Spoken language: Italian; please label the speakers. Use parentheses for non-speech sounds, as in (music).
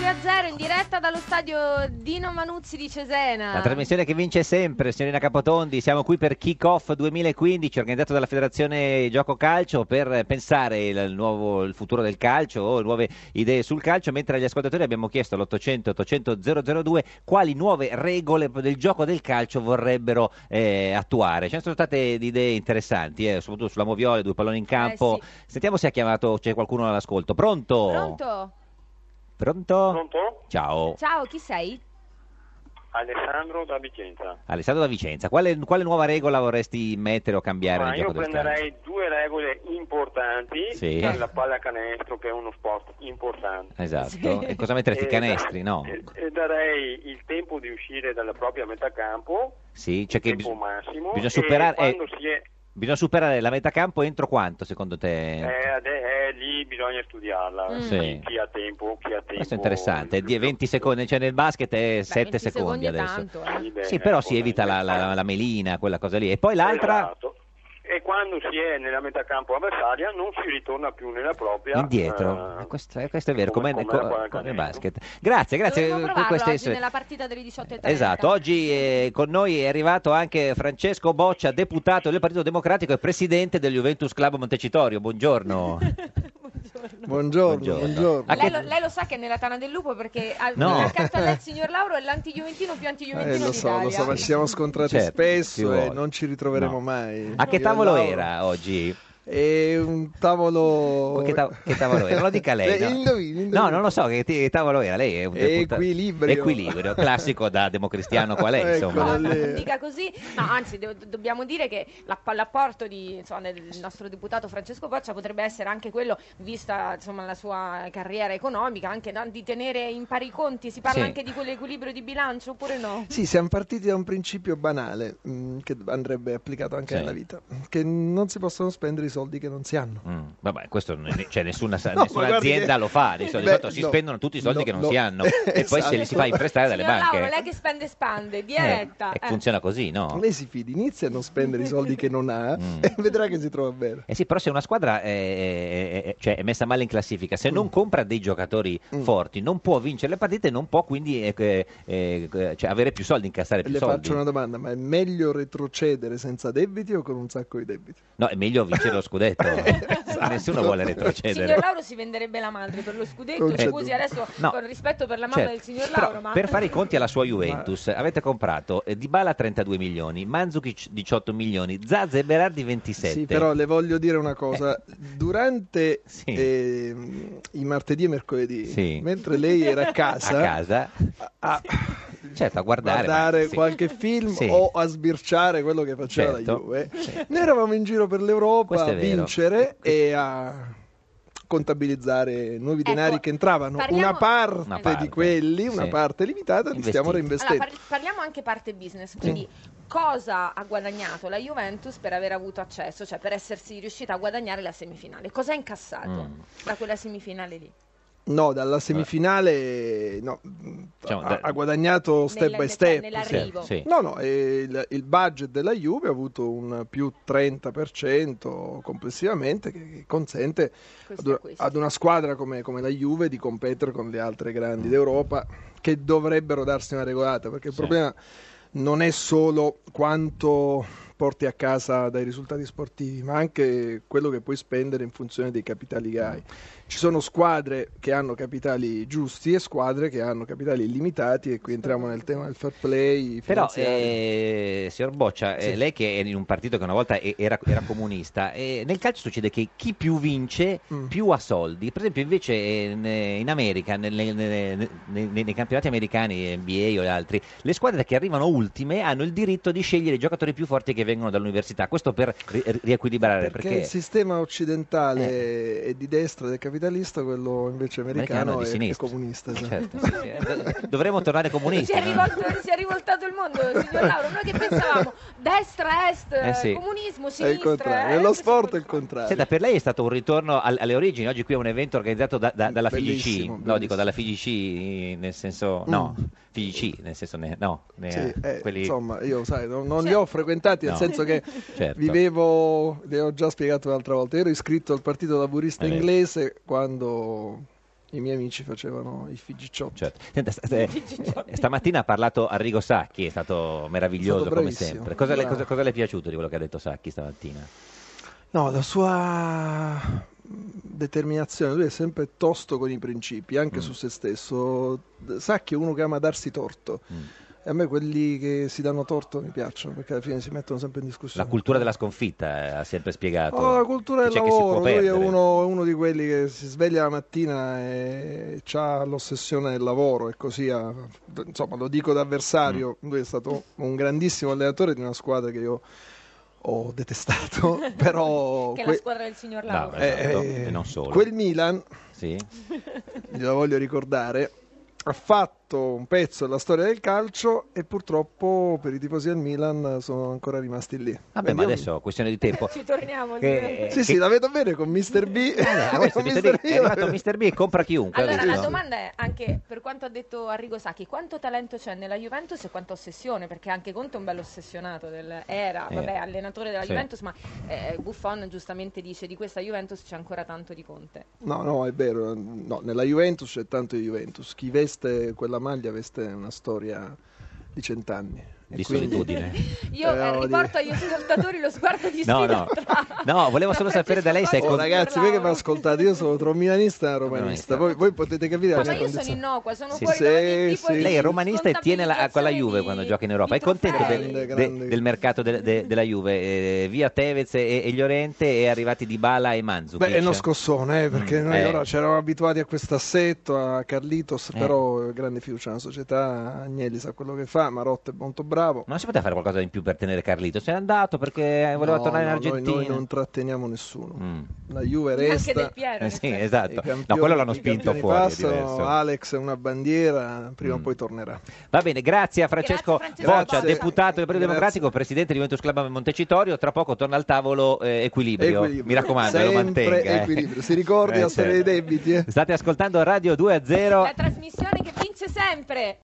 Speaker 1: 0 in diretta dallo stadio Dino Manuzzi di Cesena.
Speaker 2: La trasmissione che vince sempre, signorina Capotondi, siamo qui per Kick Off 2015 organizzato dalla Federazione Gioco Calcio per pensare il, nuovo, il futuro del calcio, nuove idee sul calcio, mentre agli ascoltatori abbiamo chiesto all'800 800 002 quali nuove regole del gioco del calcio vorrebbero eh, attuare. Ce ne sono state di idee interessanti, eh, soprattutto sulla Moviola, due palloni in campo.
Speaker 1: Eh, sì.
Speaker 2: Sentiamo se ha chiamato, c'è qualcuno all'ascolto. Pronto?
Speaker 1: Pronto?
Speaker 2: Pronto?
Speaker 3: Pronto?
Speaker 2: Ciao.
Speaker 1: Ciao, chi
Speaker 2: Eh,
Speaker 1: sei?
Speaker 3: Alessandro da Vicenza.
Speaker 2: Alessandro da Vicenza, quale, quale nuova regola vorresti mettere o cambiare
Speaker 3: Ma
Speaker 2: nel
Speaker 3: io
Speaker 2: gioco del calcio?
Speaker 3: prenderei due regole importanti
Speaker 2: Sì.
Speaker 3: per la pallacanestro che è uno sport importante.
Speaker 1: (laughs)
Speaker 2: Esatto.
Speaker 1: Sì.
Speaker 2: E cosa metteresti?
Speaker 3: E-
Speaker 2: I canestri, no?
Speaker 3: E, e darei il tempo di uscire dalla propria metà campo,
Speaker 2: Sì, cioè
Speaker 3: il
Speaker 2: che
Speaker 3: tempo
Speaker 2: bis-
Speaker 3: massimo.
Speaker 2: bisogna
Speaker 3: e
Speaker 2: superare-
Speaker 3: quando
Speaker 2: eh,
Speaker 3: si è,
Speaker 2: bisogna superare la metà campo entro quanto secondo te?
Speaker 3: eh, ade- eh, lì bisogna studiarla.
Speaker 1: Mm.
Speaker 2: Sì.
Speaker 3: Chi, chi ha tempo, chi ha tempo.
Speaker 2: Questo è interessante, di- 20 secondi, cioè nel basket è 7
Speaker 1: 20
Speaker 2: secondi
Speaker 1: è
Speaker 2: adesso.
Speaker 1: tanto, eh.
Speaker 3: Sì, beh,
Speaker 2: Sì, però
Speaker 3: ecco,
Speaker 2: si evita la, la- la melina, quella cosa lì. E poi l'altra
Speaker 3: Esatto. E quando si è nella metà campo avversaria non si ritorna più nella propria.
Speaker 2: indietro.
Speaker 3: eh,
Speaker 2: Eh, questo, eh, questo è vero, come,
Speaker 3: come-
Speaker 2: co-
Speaker 3: come la
Speaker 2: come nel
Speaker 3: pallacanestro.
Speaker 2: basket. Grazie, grazie.
Speaker 1: Dovremmo
Speaker 2: eh,
Speaker 1: provarlo
Speaker 2: queste-
Speaker 1: oggi nella partita delle 18.30.
Speaker 2: Esatto, oggi eh, con noi è arrivato anche Francesco Boccia, deputato del Partito Democratico e presidente del Juventus Club Montecitorio.
Speaker 4: (laughs)
Speaker 2: Buongiorno.
Speaker 4: Eh,
Speaker 1: Buongiorno.
Speaker 4: Buongiorno,
Speaker 2: Buongiorno.
Speaker 4: buongiorno.
Speaker 2: A che-
Speaker 1: Lei, lo, lei lo sa che è nella Tana del Lupo perché ha-
Speaker 2: No.
Speaker 1: accanto a lei il signor Lauro è l'anti-Juventino più
Speaker 4: Eh,
Speaker 1: anti-Juventino
Speaker 4: lo so,
Speaker 1: d'Italia.
Speaker 4: lo so, ma ci siamo scontrati
Speaker 2: Certo, ci
Speaker 4: spesso
Speaker 2: vuole.
Speaker 4: e non ci ritroveremo
Speaker 2: No.
Speaker 4: mai.
Speaker 2: A che
Speaker 4: Io
Speaker 2: tavolo
Speaker 4: Lauro-
Speaker 2: era oggi?
Speaker 4: È un tavolo...
Speaker 2: Oh, Che, ta- che tavolo era? Non lo
Speaker 4: (laughs)
Speaker 2: dica lei.
Speaker 4: Eh,
Speaker 2: no?
Speaker 4: indovini,
Speaker 2: No,
Speaker 4: indovini.
Speaker 2: non lo so che, ti- che tavolo era. Lei è un deputato-
Speaker 4: Equilibrio. Ecco,
Speaker 2: Equilibrio, classico da democristiano
Speaker 4: (laughs)
Speaker 2: qual è, insomma.
Speaker 1: No,
Speaker 4: Eccolo
Speaker 1: no,
Speaker 4: lì.
Speaker 1: non dica così, no, anzi do- do- dobbiamo dire che la- l'apporto di, insomma, del nostro deputato Francesco Boccia potrebbe essere anche quello, vista insomma, la sua carriera economica, anche no, di tenere in pari i conti, si parla
Speaker 2: Sì.
Speaker 1: anche di quell'equilibrio di bilancio oppure no?
Speaker 4: Sì, siamo partiti da un principio banale mh, che andrebbe applicato anche
Speaker 2: Sì.
Speaker 4: alla vita, che non si possono spendere i soldi che non si hanno.
Speaker 2: Mm, vabbè, questo non è- cioè, nessuna,
Speaker 4: (laughs) No, ma
Speaker 2: nessuna
Speaker 4: guardi che-
Speaker 2: azienda lo fa. Di solito,
Speaker 4: Beh,
Speaker 2: Di solito si
Speaker 4: no,
Speaker 2: spendono tutti i soldi
Speaker 4: no,
Speaker 2: che non
Speaker 4: no.
Speaker 2: si
Speaker 4: (laughs)
Speaker 2: hanno e poi se li si fa
Speaker 4: Esatto.
Speaker 2: imprestare dalle
Speaker 1: Signor
Speaker 2: banche.
Speaker 1: Lauro, lei che spende spande,
Speaker 2: Eh,
Speaker 1: diretta.
Speaker 2: e
Speaker 1: eh.
Speaker 2: funziona così, no?
Speaker 4: Lei si fidi, inizia a non spendere i soldi che non
Speaker 2: (laughs)
Speaker 4: ha
Speaker 2: Mm.
Speaker 4: e vedrà che si trova bene.
Speaker 2: Eh sì, però se una squadra è, è- è- cioè, è messa male in classifica, se non
Speaker 4: Mm.
Speaker 2: compra dei giocatori
Speaker 4: Mm.
Speaker 2: forti, non può vincere le partite, non può quindi eh, eh, eh, cioè, avere più soldi, incassare più
Speaker 4: Le
Speaker 2: soldi.
Speaker 4: faccio una domanda, ma è meglio retrocedere senza debiti o con un sacco di debiti?
Speaker 2: No, è meglio vincere lo
Speaker 4: (laughs)
Speaker 2: scudetto.
Speaker 4: Esatto.
Speaker 2: Nessuno vuole
Speaker 1: Signor
Speaker 2: retrocedere.
Speaker 1: Lauro si venderebbe la madre per lo scudetto,
Speaker 4: Non c'è
Speaker 1: scusi
Speaker 4: dubbio.
Speaker 1: adesso
Speaker 2: No.
Speaker 1: con rispetto per la mamma
Speaker 2: Certo,
Speaker 1: del signor
Speaker 2: però
Speaker 1: Lauro, ma
Speaker 2: per fare i conti alla sua Juventus avete comprato eh, Dybala 32 milioni, Mandzukic 18 milioni, Zaza e Berardi 27.
Speaker 4: Sì, però le voglio dire
Speaker 2: (laughs)
Speaker 4: una cosa. Durante
Speaker 2: Sì.
Speaker 4: ehm, i martedì e mercoledì,
Speaker 2: Sì.
Speaker 4: mentre lei
Speaker 2: (laughs)
Speaker 4: era a casa, Ah.
Speaker 2: a casa,
Speaker 4: a- a
Speaker 2: certo, a guardare, ma-
Speaker 4: guardare
Speaker 2: sì.
Speaker 4: qualche film
Speaker 2: Sì.
Speaker 4: o a sbirciare quello che faceva
Speaker 2: Certo.
Speaker 4: la Juve,
Speaker 2: Sì.
Speaker 4: noi eravamo in giro per l'Europa
Speaker 2: Questo
Speaker 4: a
Speaker 2: è vero. Ecco.
Speaker 4: vincere e a contabilizzare nuovi
Speaker 1: Ecco,
Speaker 4: denari che entravano
Speaker 1: parliamo-
Speaker 4: una, parte
Speaker 2: Una parte,
Speaker 4: di quelli una
Speaker 2: sì.
Speaker 4: parte limitata li
Speaker 2: Investiti.
Speaker 4: stiamo reinvestendo
Speaker 1: Allora, par- parliamo anche parte business, quindi cosa ha guadagnato la Juventus per aver avuto accesso, cioè per essersi riuscita a guadagnare la semifinale? Cosa ha incassato
Speaker 2: Mm.
Speaker 1: da quella semifinale lì?
Speaker 4: No, dalla semifinale no,
Speaker 2: Diciamo,
Speaker 4: ha,
Speaker 2: da-
Speaker 4: ha guadagnato step
Speaker 1: Nel-
Speaker 4: by
Speaker 1: nel-
Speaker 4: step.
Speaker 1: nell'arrivo.
Speaker 2: Sì, sì.
Speaker 4: No, no, eh, il, il budget della Juve ha avuto un più 30% complessivamente che, che consente ad,
Speaker 1: Questi
Speaker 4: una-
Speaker 1: acquisti.
Speaker 4: ad una squadra come, come la Juve di competere con le altre grandi d'Europa che dovrebbero darsi una regolata perché il
Speaker 2: Sì.
Speaker 4: problema non è solo quanto porti a casa dai risultati sportivi ma anche quello che puoi spendere in funzione dei capitali che hai. Ci sono squadre che hanno capitali giusti e squadre che hanno capitali limitati e qui entriamo nel tema del fair play.
Speaker 2: Però,
Speaker 4: finanziario.
Speaker 2: eh, signor Boccia, eh,
Speaker 4: Sì.
Speaker 2: lei che è in un partito che una volta e- era, era comunista, eh, nel calcio succede che chi più vince
Speaker 4: Mm.
Speaker 2: più ha soldi. Per esempio, invece eh, in, in America, nelle- nelle- ne- nei, nei campionati americani, NBA o altri, le squadre che arrivano ultime hanno il diritto di scegliere i giocatori più forti che vengono dall'università. Questo per ri- riequilibrare.
Speaker 4: Perché, il sistema occidentale è di destra ed è capitalista, quello invece americano,
Speaker 2: Eh. Americano di
Speaker 4: è- è,
Speaker 2: sinistra.
Speaker 4: comunista. sì.
Speaker 2: Certo, sì, sì. Eh,
Speaker 1: (laughs)
Speaker 2: dovremmo tornare
Speaker 1: Si
Speaker 2: comunisti.
Speaker 1: è,
Speaker 4: eh.
Speaker 2: no?
Speaker 1: rivolto- si è rivoltato il mondo, signor Lauro.
Speaker 4: (laughs)
Speaker 1: Noi che pensavamo destra, est,
Speaker 2: Eh sì.
Speaker 1: comunismo,
Speaker 4: È il contrario.
Speaker 1: sinistra. eh,
Speaker 4: Nello
Speaker 1: est,
Speaker 4: sport è il
Speaker 1: contro-
Speaker 4: contrario.
Speaker 2: Senta, per lei è stato un ritorno al- alle origini. Oggi qui è un evento organizzato da- da- dalla FIGC.
Speaker 4: Bellissimo,
Speaker 2: No, dico
Speaker 4: bellissimo.
Speaker 2: dalla FIGC nel senso. No,
Speaker 4: Mm.
Speaker 2: FIGC nel senso. ne- no, ne-
Speaker 4: Sì, eh,
Speaker 2: quelli-
Speaker 4: Insomma, io sai, non, non
Speaker 1: Cioè-
Speaker 4: li ho frequentati,
Speaker 2: No.
Speaker 4: nel senso che
Speaker 2: (laughs) Certo.
Speaker 4: vivevo, le ho già spiegato l'altra volta, ero iscritto al partito laburista
Speaker 2: Eh.
Speaker 4: inglese quando i miei amici facevano i figicciotti.
Speaker 2: Certo. Senta, st- eh, stamattina ha parlato Arrigo Sacchi, è stato meraviglioso
Speaker 4: È stato
Speaker 2: come
Speaker 4: bravissimo.
Speaker 2: sempre. Cosa le,
Speaker 4: Bravo.
Speaker 2: cosa- cosa le è piaciuto di quello che ha detto Sacchi stamattina?
Speaker 4: No, la sua determinazione, lui è sempre tosto con i principi, anche
Speaker 2: Mm.
Speaker 4: su se stesso. Sacchi è uno che ama darsi torto.
Speaker 2: Mm.
Speaker 4: E a me quelli che si danno torto mi piacciono, perché alla fine si mettono sempre in discussione.
Speaker 2: La cultura della sconfitta eh, ha sempre spiegato.
Speaker 4: Oh, la cultura
Speaker 2: che
Speaker 4: del
Speaker 2: c'è chi si può
Speaker 4: lavoro, lui è
Speaker 2: perdere.
Speaker 4: uno, è uno di quelli che si sveglia la mattina e ha l'ossessione del lavoro e così, ha- insomma lo dico da avversario,
Speaker 2: Mm.
Speaker 4: lui è stato un grandissimo allenatore di una squadra che io ho detestato, (laughs) però
Speaker 1: che è la
Speaker 4: que-
Speaker 1: squadra del signor
Speaker 2: Bravo,
Speaker 1: Lavoro.
Speaker 2: eh. Esatto, e non solo.
Speaker 4: quel Milan,
Speaker 2: Sì?
Speaker 4: glielo voglio ricordare, ha fatto un pezzo della storia del calcio e purtroppo per i tifosi del Milan sono ancora rimasti lì.
Speaker 2: Vabbè, ma
Speaker 4: Io-
Speaker 2: adesso questione di
Speaker 4: (laughs)
Speaker 2: tempo.
Speaker 1: Ci torniamo.
Speaker 2: Che-
Speaker 4: Sì,
Speaker 2: eh,
Speaker 4: sì, la vedo bene con Mr. B.
Speaker 2: Ah, questo
Speaker 4: (laughs) Con
Speaker 2: Mr.
Speaker 4: Mr.
Speaker 2: B, è arrivato Mr. B e compra chiunque. ha
Speaker 1: Allora
Speaker 2: detto.
Speaker 1: la domanda è anche per quanto ha detto Arrigo Sacchi, quanto talento c'è nella Juventus e quanta ossessione? Perché anche Conte è un bello ossessionato del era,
Speaker 2: Eh.
Speaker 1: vabbè, allenatore della
Speaker 2: Sì.
Speaker 1: Juventus, ma eh, Buffon giustamente dice di questa Juventus c'è ancora tanto di Conte.
Speaker 4: No, no, è vero. No, nella Juventus c'è tanto di Juventus. Chi veste quella maglia veste una storia di cent'anni. E
Speaker 2: Di
Speaker 4: quindi-
Speaker 2: solitudine.
Speaker 1: (laughs) Io
Speaker 4: Eh,
Speaker 1: eh,
Speaker 4: voglio
Speaker 1: riporto agli
Speaker 4: dire-
Speaker 1: ascoltatori lo sguardo di
Speaker 2: (laughs) No,
Speaker 1: sfida
Speaker 2: no.
Speaker 1: tra-
Speaker 2: No, volevo
Speaker 1: tra (laughs)
Speaker 2: solo sapere da lei se è
Speaker 1: Francesco
Speaker 4: Oh,
Speaker 2: con-
Speaker 1: Totti e
Speaker 4: ragazzi, voi che mi
Speaker 1: Lauro.
Speaker 4: ascoltate, io sono tra un milanista e un
Speaker 2: esatto.
Speaker 4: romanista. Voi, voi potete capire la
Speaker 1: Ma
Speaker 4: mia
Speaker 1: io sono
Speaker 4: condizione.
Speaker 1: innocua, sono
Speaker 2: Sì,
Speaker 1: fuori da
Speaker 4: sì,
Speaker 1: ogni tipo
Speaker 4: sì.
Speaker 1: di
Speaker 2: Lei è romanista e tiene la, con la Juve
Speaker 1: di-
Speaker 2: quando gioca in Europa.
Speaker 1: di
Speaker 2: È contento
Speaker 1: trofei.
Speaker 2: del,
Speaker 4: Grande,
Speaker 2: de-
Speaker 4: grande.
Speaker 2: del mercato de- de- della Juve? Eh, via Tevez e, e Llorente e arrivati Di Bala e Manzukic.
Speaker 4: Beh, è uno scossone, eh, perché
Speaker 2: Mm,
Speaker 4: noi
Speaker 2: eh.
Speaker 4: ora ci eravamo abituati a questo assetto, a Carlitos,
Speaker 2: Eh.
Speaker 4: però eh, grande fiducia nella società, Agnelli sa quello che fa, Marotta è molto bravo.
Speaker 2: Ma non si poteva fare qualcosa in più per tenere Carlito? Se n'è andato perché voleva
Speaker 4: No,
Speaker 2: tornare
Speaker 4: no,
Speaker 2: in
Speaker 4: noi-
Speaker 2: Argentina.
Speaker 4: Noi, non tratteniamo nessuno.
Speaker 2: Mm.
Speaker 4: La Juve
Speaker 1: Anche del
Speaker 4: resta...
Speaker 1: Piero.
Speaker 2: Eh, sì,
Speaker 1: nel
Speaker 4: i
Speaker 2: esatto. no,
Speaker 4: campioni-
Speaker 2: quello l'hanno
Speaker 4: i
Speaker 2: spinto
Speaker 4: campioni
Speaker 2: fuori. è
Speaker 4: passano,
Speaker 2: diverso.
Speaker 4: Alex è una bandiera, prima
Speaker 2: Mm.
Speaker 4: o poi tornerà.
Speaker 2: Va bene, grazie a Francesco,
Speaker 1: Grazie, Francesco
Speaker 2: Boccia,
Speaker 4: Boccia.
Speaker 2: deputato del Partito
Speaker 4: Grazie.
Speaker 2: Democratico, presidente di Juventus Club Montecitorio. Tra poco torna al tavolo eh, equilibrio.
Speaker 4: Equilibrio.
Speaker 2: Mi raccomando, lo
Speaker 4: Sempre
Speaker 2: mantenga. eh.
Speaker 4: equilibrio. Si ricordi la storia dei debiti, eh.
Speaker 2: State ascoltando Radio 2 a 0.
Speaker 1: La trasmissione che vince sempre.